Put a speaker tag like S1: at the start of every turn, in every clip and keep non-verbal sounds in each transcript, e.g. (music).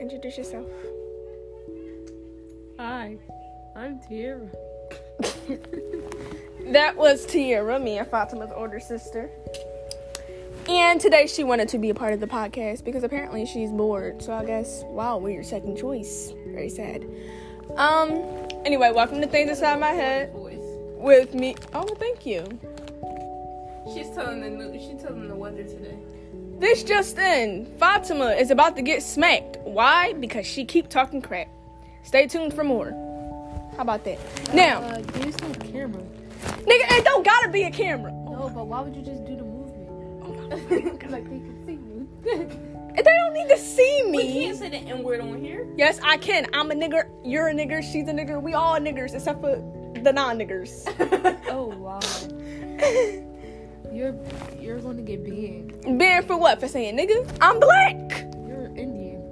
S1: introduce yourself.
S2: Hi, I'm Tierra.
S1: That was Tiara, Mia Fatima's older sister. And today she wanted to be a part of the podcast because apparently she's bored. So I guess, wow, we're your second choice. Very sad. Um, anyway, welcome to Things Inside My Head
S3: voice.
S1: with me. Oh, well, thank you.
S3: She's telling the new, she telling the weather today.
S1: This just in, Fatima is about to get smacked. Why? Because she keep talking crap. Stay tuned for more. How about that? Now,
S2: Uh, there's no camera.
S1: nigga, it don't gotta be a camera. Oh,
S2: No, but why would you just do the
S3: (laughs)
S1: (laughs)
S2: movement?
S3: like they can see me. (laughs)
S1: They don't need to see me.
S3: We can't say the N word on here.
S1: Yes, I can. I'm a nigger. You're a nigger. She's a nigger. We all niggers except for the
S3: (laughs)
S1: non-niggers.
S2: Oh wow, you're you're going to get big.
S1: Being for what? For saying nigga? I'm black.
S2: You're Indian.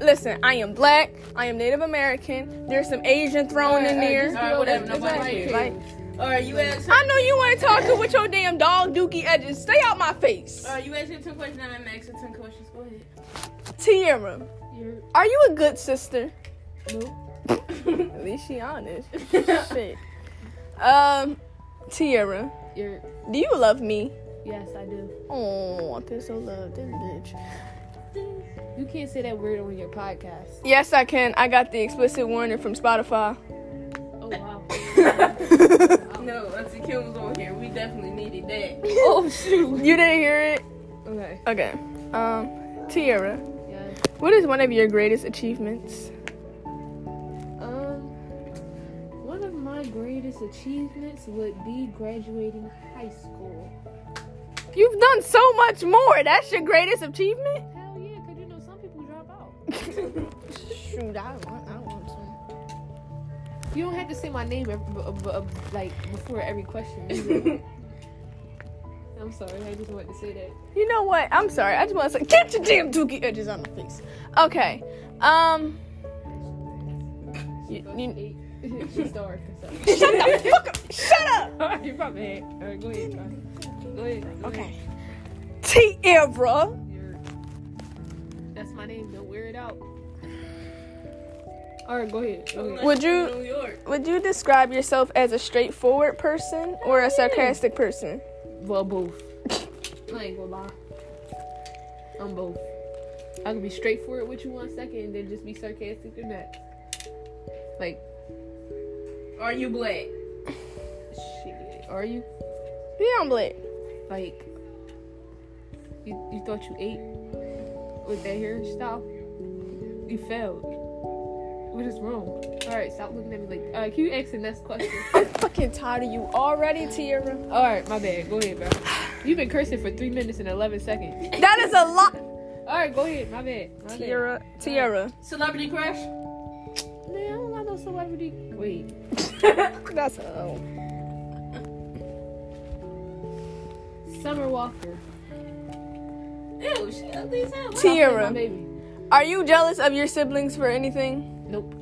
S1: Listen, I am black. I am Native American. There's some Asian thrown
S2: Uh,
S1: in there.
S3: All right, whatever, nobody cares.
S2: Like,
S3: All right, you asked. Her,
S1: I know you ain't talking with your damn dog dookie edges. Stay out my face.
S3: all right, you asked her ten questions. I'm asking ten questions. Go ahead.
S1: Tiara,
S2: you're
S1: are you a good sister?
S3: (laughs)
S2: no.
S1: At least she honest. Shit. Um, Tiara,
S2: You're
S1: do you love me?
S2: yes, I do.
S1: Oh, I feel so loved. This bitch.
S2: You can't say that word on your podcast.
S1: Yes, I can. I got the explicit warning from (laughs) Spotify.
S2: Oh wow.
S3: No, Auntie Kim was on here. We definitely needed that.
S2: oh shoot.
S1: you didn't hear it?
S2: Okay.
S1: Okay. Um, Tiara,
S2: Yes.
S1: what is one of your greatest achievements?
S2: Um, one of my greatest achievements would be graduating high school.
S1: You've done so much more. That's your greatest achievement?
S2: Hell yeah, because you know some people drop out.
S1: (laughs) Shoot, I want, I want some.
S2: You don't have to say my name ev- b- b- b- like before every question. either. (laughs) I'm sorry, I just wanted to say (laughs) that.
S1: (laughs) You know what? I'm sorry. I just want to say, get your damn dookie edges on my face. Okay. (laughs) Um,
S2: She
S1: You-
S2: thought
S1: you-
S2: she ate- (laughs) she starved herself. (laughs)
S1: shut the fuck up. Shut up.
S2: you probably ate. All right, go ahead. Charlie. Go ahead. Go
S1: Okay. Tiara,
S2: ahead. You're- That's my name. Don't wear it out. All right, go ahead. Go ahead.
S1: Would you-
S3: New York.
S1: would you describe yourself as a straightforward person or a sarcastic person?
S2: Well, both. I ain't gonna lie. I'm both. I can be straightforward with you one second and then just be sarcastic the next. Like,
S3: Are you black?
S2: shit, are you?
S1: Yeah, I'm black.
S2: Like, you, you thought you ate with that hairstyle? You failed. What is wrong? Alright, stop looking at me like, alright, can you ask the next question? (laughs)
S1: I'm fucking tired of you already, Tiara.
S2: Alright, my bad. Go ahead, bro. You've been cursing for three minutes and 11 seconds.
S1: (sighs) That is a lot.
S2: Alright, go ahead. My bad. My bad.
S1: Tiara, (laughs) Tiara.
S3: Celebrity crush?
S2: Man, I don't want no celebrity. Wait.
S1: That's a
S2: Summer Walker.
S3: Ew, she ugly as hell.
S1: T- Tiara.
S2: My baby.
S1: Are you jealous of your siblings for anything?
S2: Nope.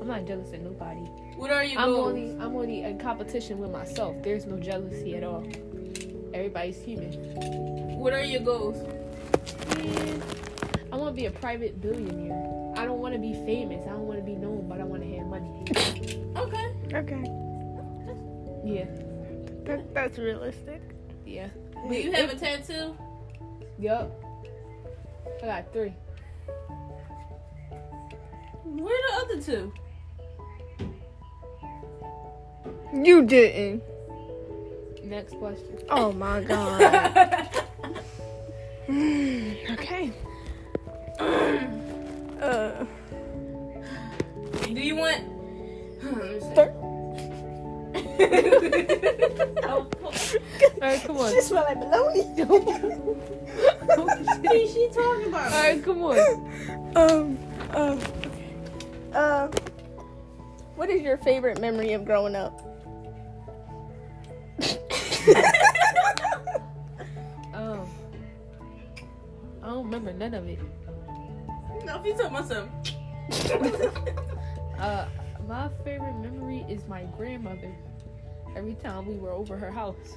S2: I'm not jealous of nobody.
S3: What are you?
S2: I'm
S3: goals?
S2: only I'm only in competition with myself. There's no jealousy at all. Everybody's human.
S3: What are your goals?
S2: Man, I want to be a private billionaire. I don't want to be famous. I don't want to be known, but I want to have money.
S3: Okay.
S1: Okay,
S2: Yeah.
S1: that, that's realistic.
S2: Yeah.
S3: Do you have a tattoo?
S2: Yup. I got three.
S3: Where are the other two?
S1: You didn't.
S2: Next question.
S3: (laughs)
S1: Oh (laughs) my god. Hmm, okay. uh,
S3: Do you want?
S1: (laughs) thir-
S3: oh, fuck.
S2: All right, come on.
S1: she smell like (laughs) baloney.
S3: what is she talking about?
S2: All
S1: (laughs)
S2: right, come on.
S1: um, um, uh, what is your favorite memory of growing
S3: (laughs)
S1: up?
S2: Um, I don't remember none of it.
S3: No, if you tell myself.
S2: Uh, my favorite memory is my grandmother. Every time we were over her house,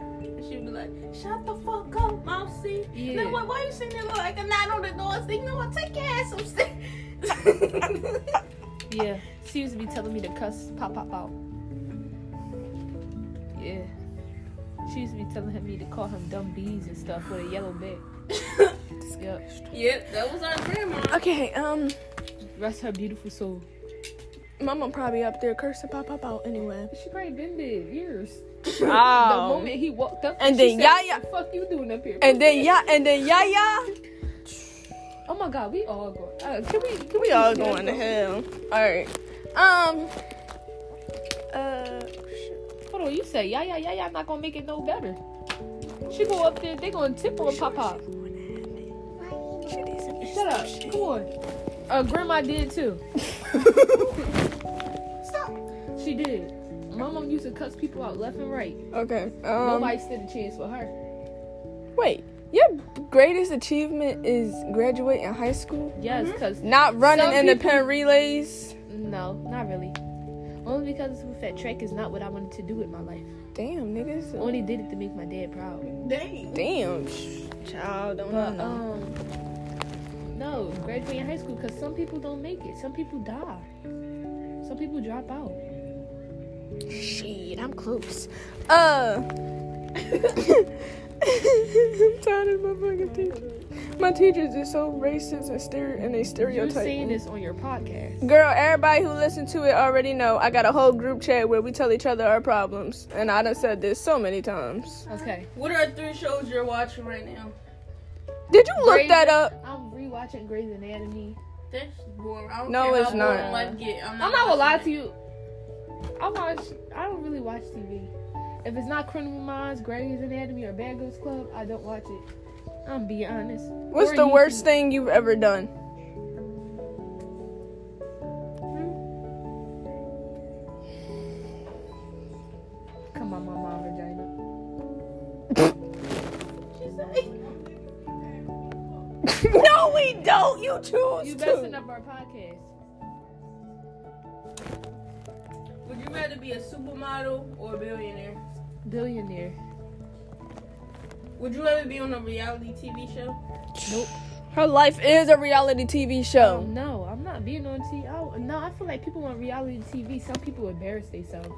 S3: And she'd be like, shut the fuck up, Mopsy.
S2: Yeah.
S3: Now, why, why you sitting there looking like a knot on the door? You know what? Take your
S1: (laughs)
S3: ass upstairs.
S2: Yeah. She used to be telling me to cuss pop pop out. Yeah. She used to be telling me to call him dumb bees and stuff with a yellow bit. Yep.
S3: yep, that was our grandma.
S1: Okay, um,
S2: Rest her beautiful soul.
S1: mama probably up there cursing pop pop out anyway.
S2: She probably been there years.
S3: (laughs)
S2: The
S1: Oh.
S2: moment he walked up,
S1: And
S2: she
S1: then
S2: said,
S1: Yaya-
S2: "What the fuck you doing up here?"
S1: And then yeah, and then yeah, yeah.
S2: oh my god, we all going. Uh, can we? Can
S1: We all going to hell. All right. Um. Uh.
S2: Hold on, you said yeah, yeah, yeah, yeah. I'm not gonna make it no better. She go up there, they gonna tip on Papa. Shut up. Come on. Uh, Grandma did too. (laughs) She did. My mom used to cuss people out left and right.
S1: okay. Um.
S2: Nobody stood a chance for her.
S1: Wait. Your greatest achievement is graduating high school.
S2: Yes, because
S1: Not running
S2: Some
S1: in the
S2: people-
S1: pen relays.
S2: no, not really. Only because of that track is not what I wanted to do with my life.
S1: Damn, niggas.
S2: I only did it to make my dad proud.
S3: Dang.
S1: Damn. sh- Child, don't
S2: But
S1: know.
S2: um, no, graduating high school because some people don't make it. Some people die. Some people drop out.
S1: Shit, I'm close. (laughs) Uh. I'm tired of my fucking teachers. My teachers are so racist and stereo and they
S2: You're
S1: stereotype.
S2: saying this on your podcast.
S1: Girl, everybody who listened to it already know I got a whole group chat where we tell each other our problems, and I done said this so many times.
S2: Okay,
S3: What are three shows you're watching right now?
S1: Did you look
S2: Grey's-
S1: that up?
S2: I'm rewatching Grey's Anatomy.
S3: That's boring. I don't
S1: No,
S3: care
S1: it's
S3: how
S1: not.
S3: boring mine get. I'm
S2: I'm not gonna lie to you. I watch. I don't really watch TV. If it's not Criminal Minds, Grey's Anatomy, or Bad Girls Club, I don't watch it. I'm be honest.
S1: What's
S2: Or
S1: the
S2: YouTube.
S1: worst thing you've ever done? (laughs)
S2: Come on, my mom, vagina.
S1: no, we don't. You choose
S2: You messing
S1: to.
S2: up our podcast.
S3: Would you rather be a supermodel or a billionaire?
S2: Billionaire.
S3: Would you rather be on a reality TV show?
S2: Nope.
S1: Her life is a reality TV
S2: Um,
S1: show.
S2: No, I'm not being on TV. I, no, I feel like people on reality TV, some people embarrass themselves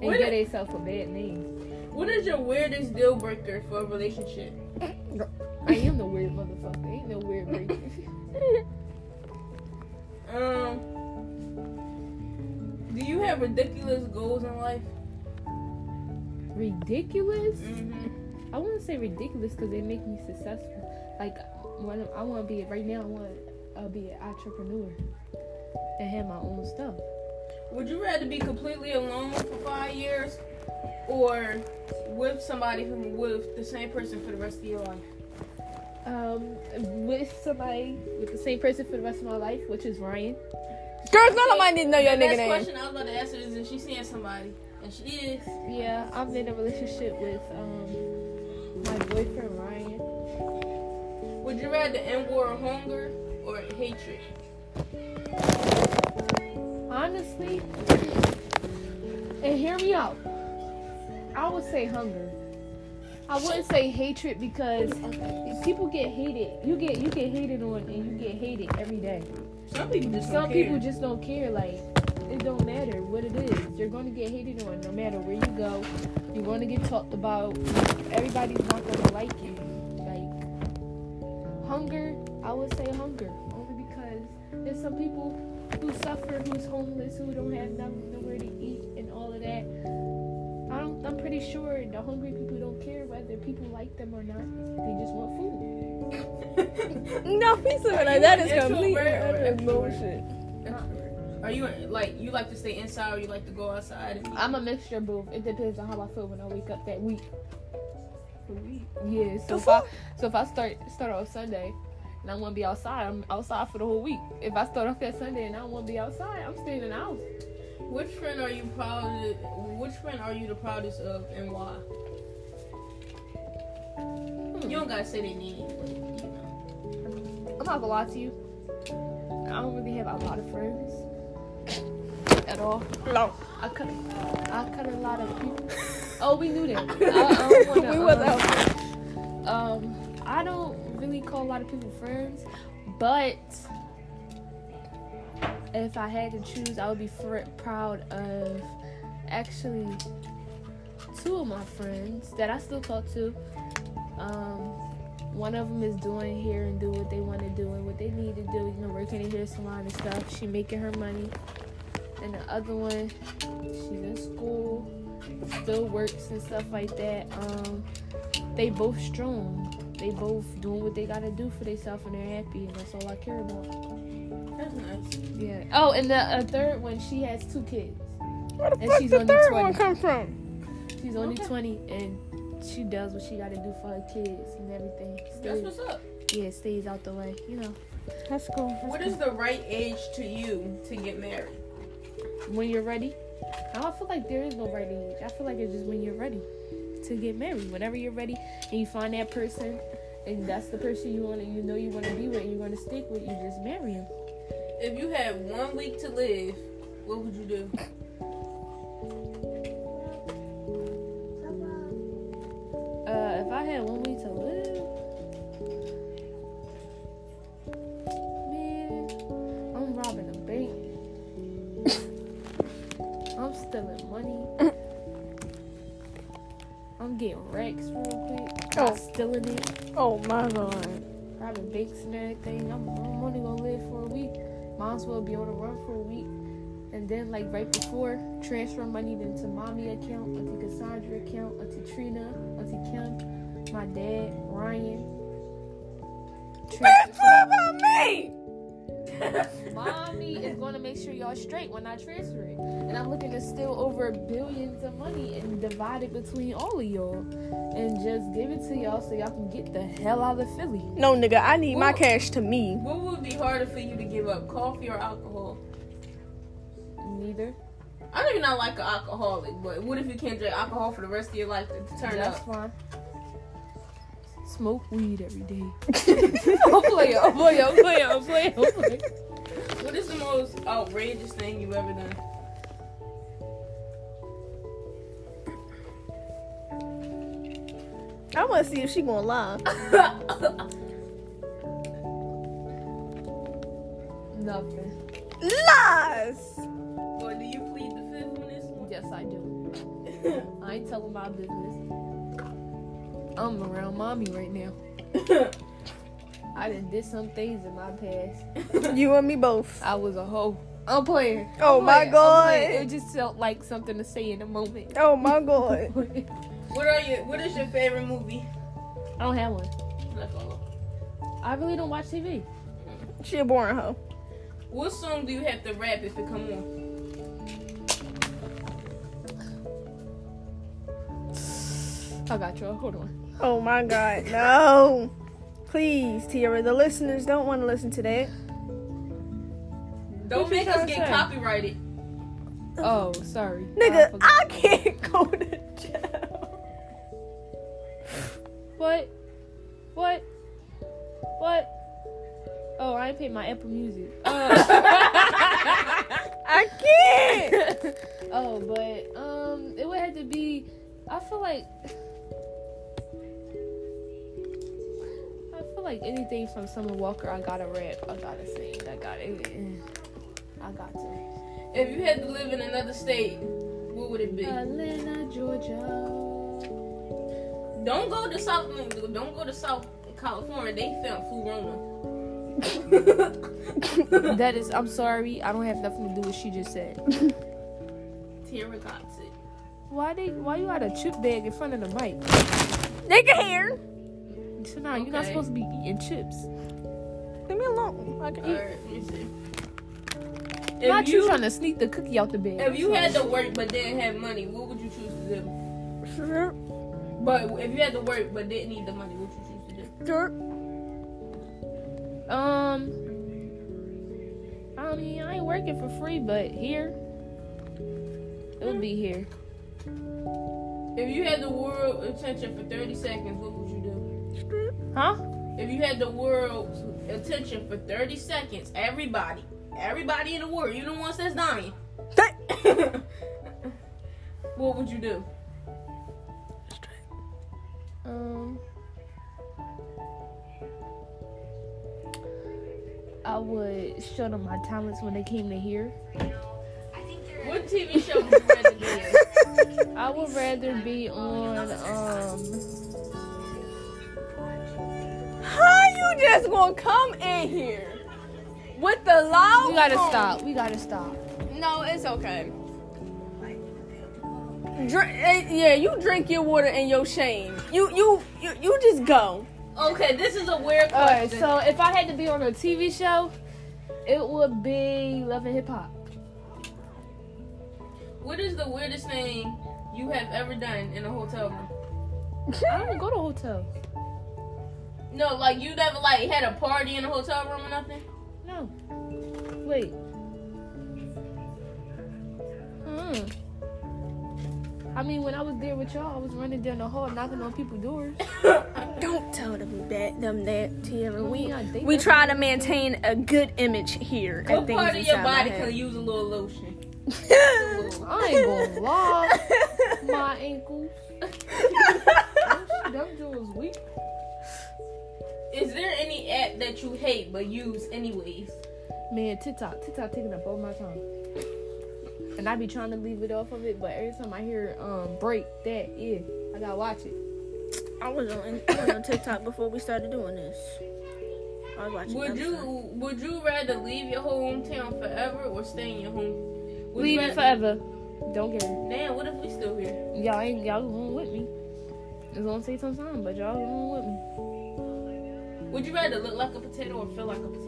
S2: and
S3: What
S2: get
S3: if-
S2: themselves a bad name.
S3: What is your weirdest deal breaker for a relationship?
S2: I am the weird motherfucker. Ain't no weird (laughs) breaker.
S3: Um, do you have ridiculous goals in life?
S2: ridiculous?
S3: Mm-hmm.
S2: I wouldn't say ridiculous because they make me successful. Like, when I want to be right now, I want to be an entrepreneur and have my own stuff.
S3: Would you rather be completely alone for five years or with somebody who with the same person for the rest of your life?
S2: Um, with somebody with the same person for the rest of my life, which is Ryan.
S1: Girls, none of mine need to know your
S3: the
S1: nigga
S3: next
S1: name.
S3: question I was about to ask is if she's seeing somebody. And she is.
S2: Yeah, I'm in a relationship with um my boyfriend Ryan.
S3: Would you rather end war of hunger or hatred?
S2: Honestly, and hear me out. I would say hunger. I wouldn't say hatred because people get hated. You get you get hated on and you get hated every day.
S3: Some people (laughs) just
S2: Some people just don't care. Like it don't matter what it is. You're gonna get hated on no matter where you go. You're gonna get talked about. Everybody's not gonna like you. Like hunger, I would say hunger only because there's some people who suffer, who's homeless, who don't have nothing, nowhere to eat, and all of that. I don't. I'm pretty sure the hungry people don't care whether people like them or not. They just want food.
S1: No, piece of it
S3: You
S1: like that
S3: want
S1: is
S3: introvert
S1: complete
S3: or
S1: and utter
S3: extrovert?
S1: bullshit.
S3: Are you like you like to stay inside or you like to go outside? And
S2: I'm a mixture of both. It depends on how I feel when I wake up that week. Yeah,
S1: The
S2: so if I,
S1: fuck?
S2: so if I start start off Sunday and I want to be outside, I'm outside for the whole week. If I start off that Sunday and I want to be outside, I'm staying in the house.
S3: Which friend are you proud? Which friend are you the proudest of, and why? You don't gotta say their name. but, you know.
S2: Hmm. I'm not gonna lie to you. I don't really have a lot of friends at all.
S1: No. (laughs)
S2: I cut I cut a lot of people. Oh, we knew that. I, I
S1: we
S2: don't wanna,
S1: was
S2: um,
S1: out.
S2: Um, I don't really call a lot of people friends, but if I had to choose, I would be fr- proud of actually two of my friends that I still talk to. Um, one of them is doing here and do what they want to do and what they need to do. You know, working in hair salon and stuff. She making her money, and the other one, she's in school, still works and stuff like that. Um they both strong. They both doing what they gotta do for themselves and they're happy, and that's all I care about.
S3: That's nice.
S2: Yeah. Oh, and the uh, third one, she has two kids.
S1: Where the
S2: And
S1: fuck
S2: she's
S1: the
S2: only
S1: third
S2: 20.
S1: one come from?
S2: She's only
S3: Okay.
S2: 20, and she does what she gotta do for her kids and everything.
S3: That's
S2: Stays,
S3: what's up.
S2: yeah, stays out the way, you know.
S1: That's cool.
S3: What is the right age to you to get married?
S2: When you're ready. I don't feel like there is no right age. I feel like it's just when you're ready to get married. Whenever you're ready, and you find that person, and that's the person you wanna, you know, you wanna be with, and you wanna stick with, you just marry him.
S3: If you had one week to live, what would you do?
S2: Uh, if I had one week to live, man, I'm robbing a bank. (laughs) I'm stealing money. I'm getting racks real quick.
S1: Oh.
S2: I'm stealing it,
S1: Oh my god.
S2: robbing banks and everything. I'm, I'm only gonna live for a week. Might as well be on the run for a week. And then, like right before, transfer money then to mommy account, onto Cassandra account, onto Trina, onto Kim, my dad, Ryan.
S1: Bitch,
S2: Transfer
S1: what
S2: to
S1: about me?
S2: mommy is going to make sure y'all straight when I transfer it. And I'm looking to steal over billions of money and divide it between all of y'all, and just give it to y'all so y'all can get the hell out of Philly.
S1: No, nigga, I need my
S3: Ooh.
S1: cash to me.
S3: What would be harder for you to give up, coffee or alcohol?
S2: Neither.
S3: I know you're not like an alcoholic, but what if you can't drink alcohol for the rest of your life to turn
S2: That's
S1: (laughs)
S3: up?
S2: fine. Smoke weed every day. oh play, oh play, oh play, oh play, oh play.
S3: What is the most outrageous thing you've ever done?
S1: I wanna see if she gonna lie.
S2: Nothing.
S1: Lies!
S3: or do you plead the fifth on this one?
S2: Yes, I do. I ain't telling my business. I'm around mommy right now. I done did some things in my past.
S1: You and me both.
S2: I was a hoe. I'm playing.
S1: Oh
S2: I'm
S1: my
S2: playing, I'm
S1: God.
S2: playing. It just felt like something to say in
S1: (laughs)
S2: the moment.
S1: Oh my god.
S2: I
S3: (laughs) what are you? What is your favorite movie?
S2: don't have one.
S3: That's all.
S2: I really don't watch TV.
S1: She a boring hoe.
S3: What song do you have to rap if it come on?
S2: I got you. Hold on.
S1: Oh my god, no. Please, Tiara, the listeners don't wanna listen to that.
S3: Don't
S2: What you
S3: make us
S2: tryna
S3: get
S2: say?
S3: copyrighted.
S2: Oh, sorry.
S1: Nigga, ah.
S2: forgot.
S1: I can't (laughs) go to jail.
S2: What? What? What? Oh, I ain't paid my Apple Music. Uh.
S1: I can't!
S2: oh, but um, it would have to be. I feel like. (sighs) I feel like anything from Summer Walker, I gotta rap, I gotta sing, I gotta. eh, I got to.
S3: (laughs) If you had to live in another state, what would it
S2: Uh,
S3: be?
S2: Atlanta, Georgia.
S3: Don't go to South. Don't go to South California. They found flu Rona.
S2: That is. I'm sorry. I don't have nothing to do with what she just said.
S3: Tierra got it.
S2: Why they? Why you got a chip bag in front of the mic?
S1: Nigga here!
S2: So now you're not
S3: Okay.
S2: supposed to be eating chips.
S1: Leave me alone. I can eat.
S3: Alright, let me see.
S2: not
S3: If
S2: you,
S3: you
S2: trying to sneak the cookie out the bag.
S3: if you had to work but didn't have money, what would you choose to do?
S1: Jerk,
S3: But if you had to work but didn't need the money, what would you choose to do?
S1: jerk.
S2: um, I mean, I ain't working for free, but here, it would be here.
S3: If you had the world attention for 30 seconds, what would you do?
S2: Huh?
S3: If you had the world's attention for 30 seconds, everybody, everybody in the world, even the ones that's dying,
S1: That-
S3: what would you do?
S2: Um, I would show them my talents when they came to here.
S3: What TV show would you rather be in?
S2: I would rather be on um
S1: How you just gonna come in here with the loud?
S2: We gotta
S1: phone?
S2: stop. We gotta stop.
S1: No, it's okay. Drink, yeah, you drink your water in your shame. You, you, you, you just go.
S3: Okay, this is a weird
S2: Alright,
S3: question.
S2: so if I had to be on a TV show, it would be Love and Hip Hop.
S3: what is the weirdest thing you have ever done in a hotel room?
S2: I don't go to hotels.
S3: No, like you never like had a party in a hotel room or nothing.
S2: No. Wait.
S3: Hmm.
S2: Mm. I mean, when I was there with y'all, I was running down the hall, knocking on people's doors.
S1: Don't tell them that, them that, Tiara. We,
S2: Yeah, they
S1: we
S2: know.
S1: try to maintain a good image here. at
S3: What
S1: Things
S3: part of your
S1: Inside My
S3: body
S1: Head.
S3: can use a little lotion?
S2: I ain't gonna lie. My ankles. Them sh- them joints weak.
S3: Is there any app that you hate but use anyways?
S2: Man, TikTok, TikTok taking up all my time. And I be trying to leave it off of it, but every time I hear um break that, yeah, I gotta watch it.
S1: I was on, I was on TikTok before we started doing this. I was watching.
S3: Would
S1: other
S3: you
S1: stuff.
S3: would you rather leave your hometown forever or stay in your home? Would
S2: Leave
S3: you
S2: it
S3: rather-
S2: forever. Don't get it.
S3: Man, what if we still here?
S2: Y'all ain't y'all going with me. It's gonna take some time, but y'all going with me.
S3: Would you rather look like a potato or feel like a potato?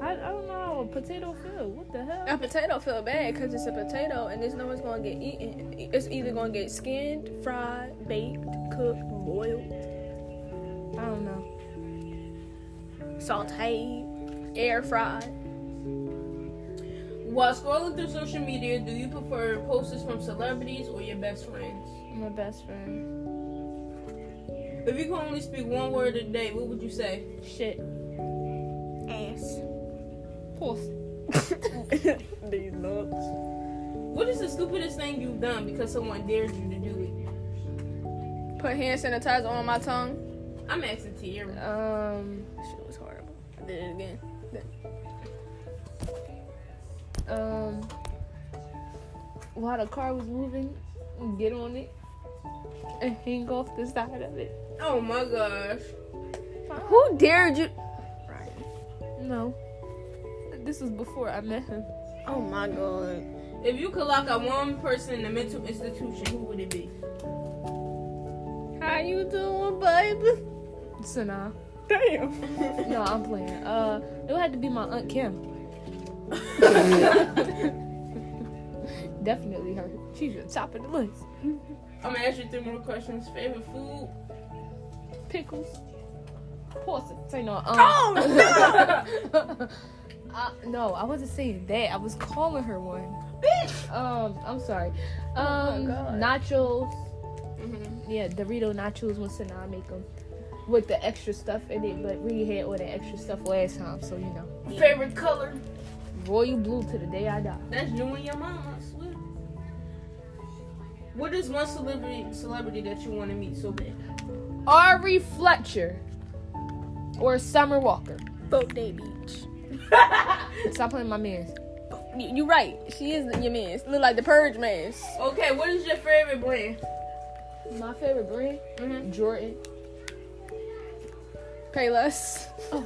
S2: I, I don't know. Potato feel. What the hell?
S1: A potato feel bad because it's a potato and there's no one's gonna get eaten. It's either gonna get skinned, fried, baked, cooked, boiled,
S2: I don't know.
S1: sauteed, air fried.
S3: While scrolling through social media, do you prefer posts from celebrities or your best friends?
S2: My best friend.
S3: If you could only speak one word a day, what would you say?
S2: Shit.
S1: Ass.
S2: Pause.
S1: These looks.
S3: What is the stupidest thing you've done because someone dared you to do
S1: (laughs) Put hand sanitizer on my tongue.
S3: it? I'm asking Tierra.
S2: Um.
S1: That shit was horrible. I did it again.
S2: Um. While the car was moving, get on it and hang off the side of it.
S3: Oh my gosh.
S1: Who dared you? Right.
S2: No. This was before I met him.
S1: Oh my god.
S3: If you could lock up one person in a mental institution, who would it (laughs) be?
S1: How you doing, baby?
S2: So nah.
S1: Damn.
S2: No, I'm playing. Uh, it would have to be my aunt Kim. Definitely her. She's the top of the list.
S3: I'm gonna ask you three more questions. Favorite food?
S2: pickles. Pause it. Say no. Um, (laughs)
S1: Oh,
S2: I- no, I wasn't saying that. I was calling her one.
S1: Bitch.
S2: Um, I'm sorry.
S1: my
S2: Um,
S1: God.
S2: nachos.
S3: Mm-hmm.
S2: Yeah, Dorito nachos when Sanaa make them with the extra stuff in it. But we had all that extra stuff last time, so you know.
S3: Favorite color?
S2: Royal blue to the day I die.
S3: That's you and your mom, I swear. What is one celebrity celebrity that you want to meet so (laughs) bad?
S2: Ari Fletcher or Summer Walker.
S1: Boat Day Beach.
S2: Stop playing my man.
S1: You, you right. She is your miss. Look like the purge miss.
S3: okay, what is your favorite (laughs) brand?
S2: My favorite brand,
S3: Mm-hmm.
S2: Jordan.
S1: Pay less. (laughs)
S2: Oh,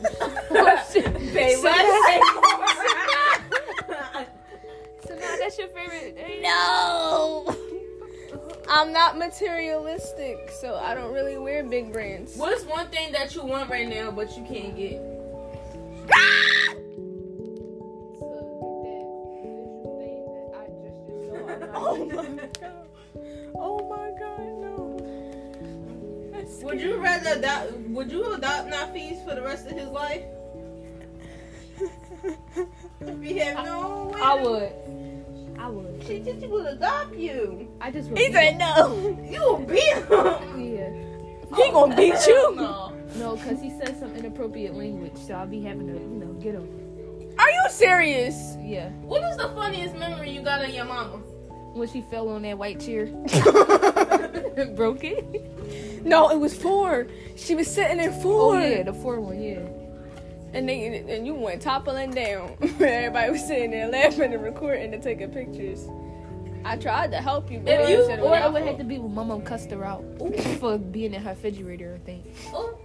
S2: oh shit. (laughs) Sanaa, that's your favorite. name?
S1: no. I'm not materialistic, so I don't really wear big brands.
S3: What's one thing that you want right now but you can't get?
S1: Ah! Oh my god. Oh my god, no. That's
S3: Would you rather adopt? Would you adopt Nafis for the rest of his life? If he had no way,
S2: (laughs) I
S3: to-
S2: would. I would.
S3: She just would adopt you.
S2: I just
S1: (laughs)
S2: would.
S1: he said no.
S3: You will beat him.
S2: Yeah.
S1: (laughs) He gonna beat you.
S3: (laughs) No.
S2: No, because he says some inappropriate language, so I'll be having to, you know, get him.
S1: Are you
S2: (laughs)
S1: serious?
S2: Yeah.
S3: What is the funniest memory you got of your mama?
S2: When she fell on that white chair.
S1: That's
S2: (laughs) broke it.
S1: No, it was four. She was sitting in four,
S2: Oh yeah, the four one. Yeah.
S1: and they and you went toppling down. (laughs) Everybody was sitting there laughing and recording and taking pictures. I tried to help you, but
S3: If
S1: you
S3: you-
S1: said it
S2: Or
S1: was
S2: I
S1: your
S2: would have
S1: fault.
S2: to be when my mom cussed her out for being in her refrigerator thing.
S3: Oh.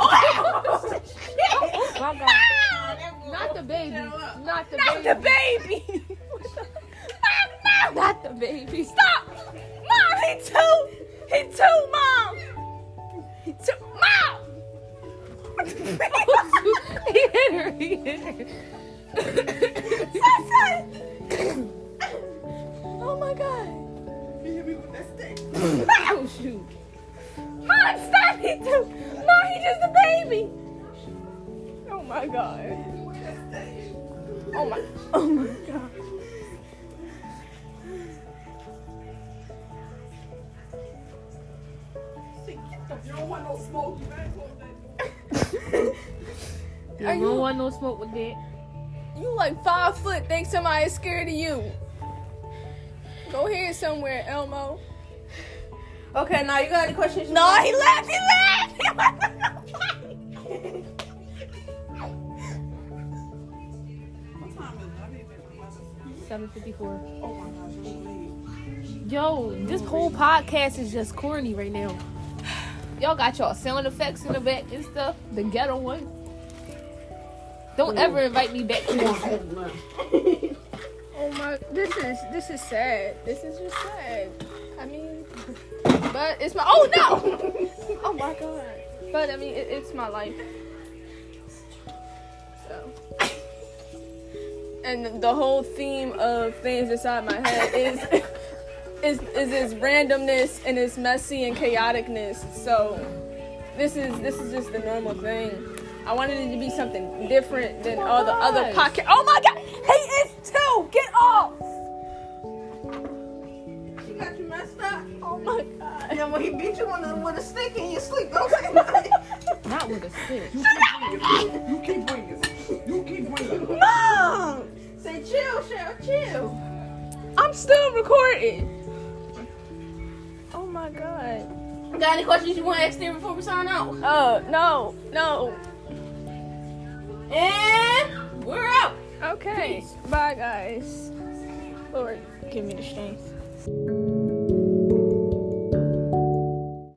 S1: Oh,
S2: Oh, My God. Not the baby. Not the
S1: Not
S2: baby.
S1: the baby. What the- Ah, no.
S2: Not the baby.
S1: Stop! Mom, he too! He too, mom! He too, mom!
S2: he hit her. He hit her.
S1: (coughs) oh my god. (coughs)
S2: Oh shoot.
S1: Mom, stop! He too! Mom, he just a baby! Oh my god. Oh my, oh my god. Are
S2: you
S1: you-
S2: don't want no smoke with that.
S1: You like five foot, think somebody's scared of you. Go here somewhere, Elmo.
S3: Okay, now you got any questions?
S1: No, he left, he left! He went to nobody.
S2: Seven fifty four.
S1: Oh
S2: Yo, this whole podcast is just corny right now. Y'all got y'all sound effects in the back and stuff. The ghetto one. Don't ever invite me back to this.
S1: Oh my, this is, this is sad. This is just sad. I mean, but it's my, oh no! oh my god. But I mean, it, it's my life. So. And the whole theme of things inside my head is. is is its randomness and its messy and chaoticness. So this is this is just the normal thing. I wanted it to be something different
S3: Oh
S1: than all the other
S2: gosh.
S1: podcasts. Oh my god, he is too. Get off!
S3: She got you messed up.
S1: Oh my god.
S3: And when he beat you on the, with a stick in your sleep, don't say nothing.
S2: Not with a stick.
S4: You keep bringing it. You keep bringing it.
S1: Mom,
S3: say chill, Cheryl, chill.
S1: I'm still recording. Oh my god.
S3: Got any questions you want to ask there before we sign out?
S1: Oh no, no.
S3: And we're out.
S1: Okay. Bye guys. Lord, give me the strength.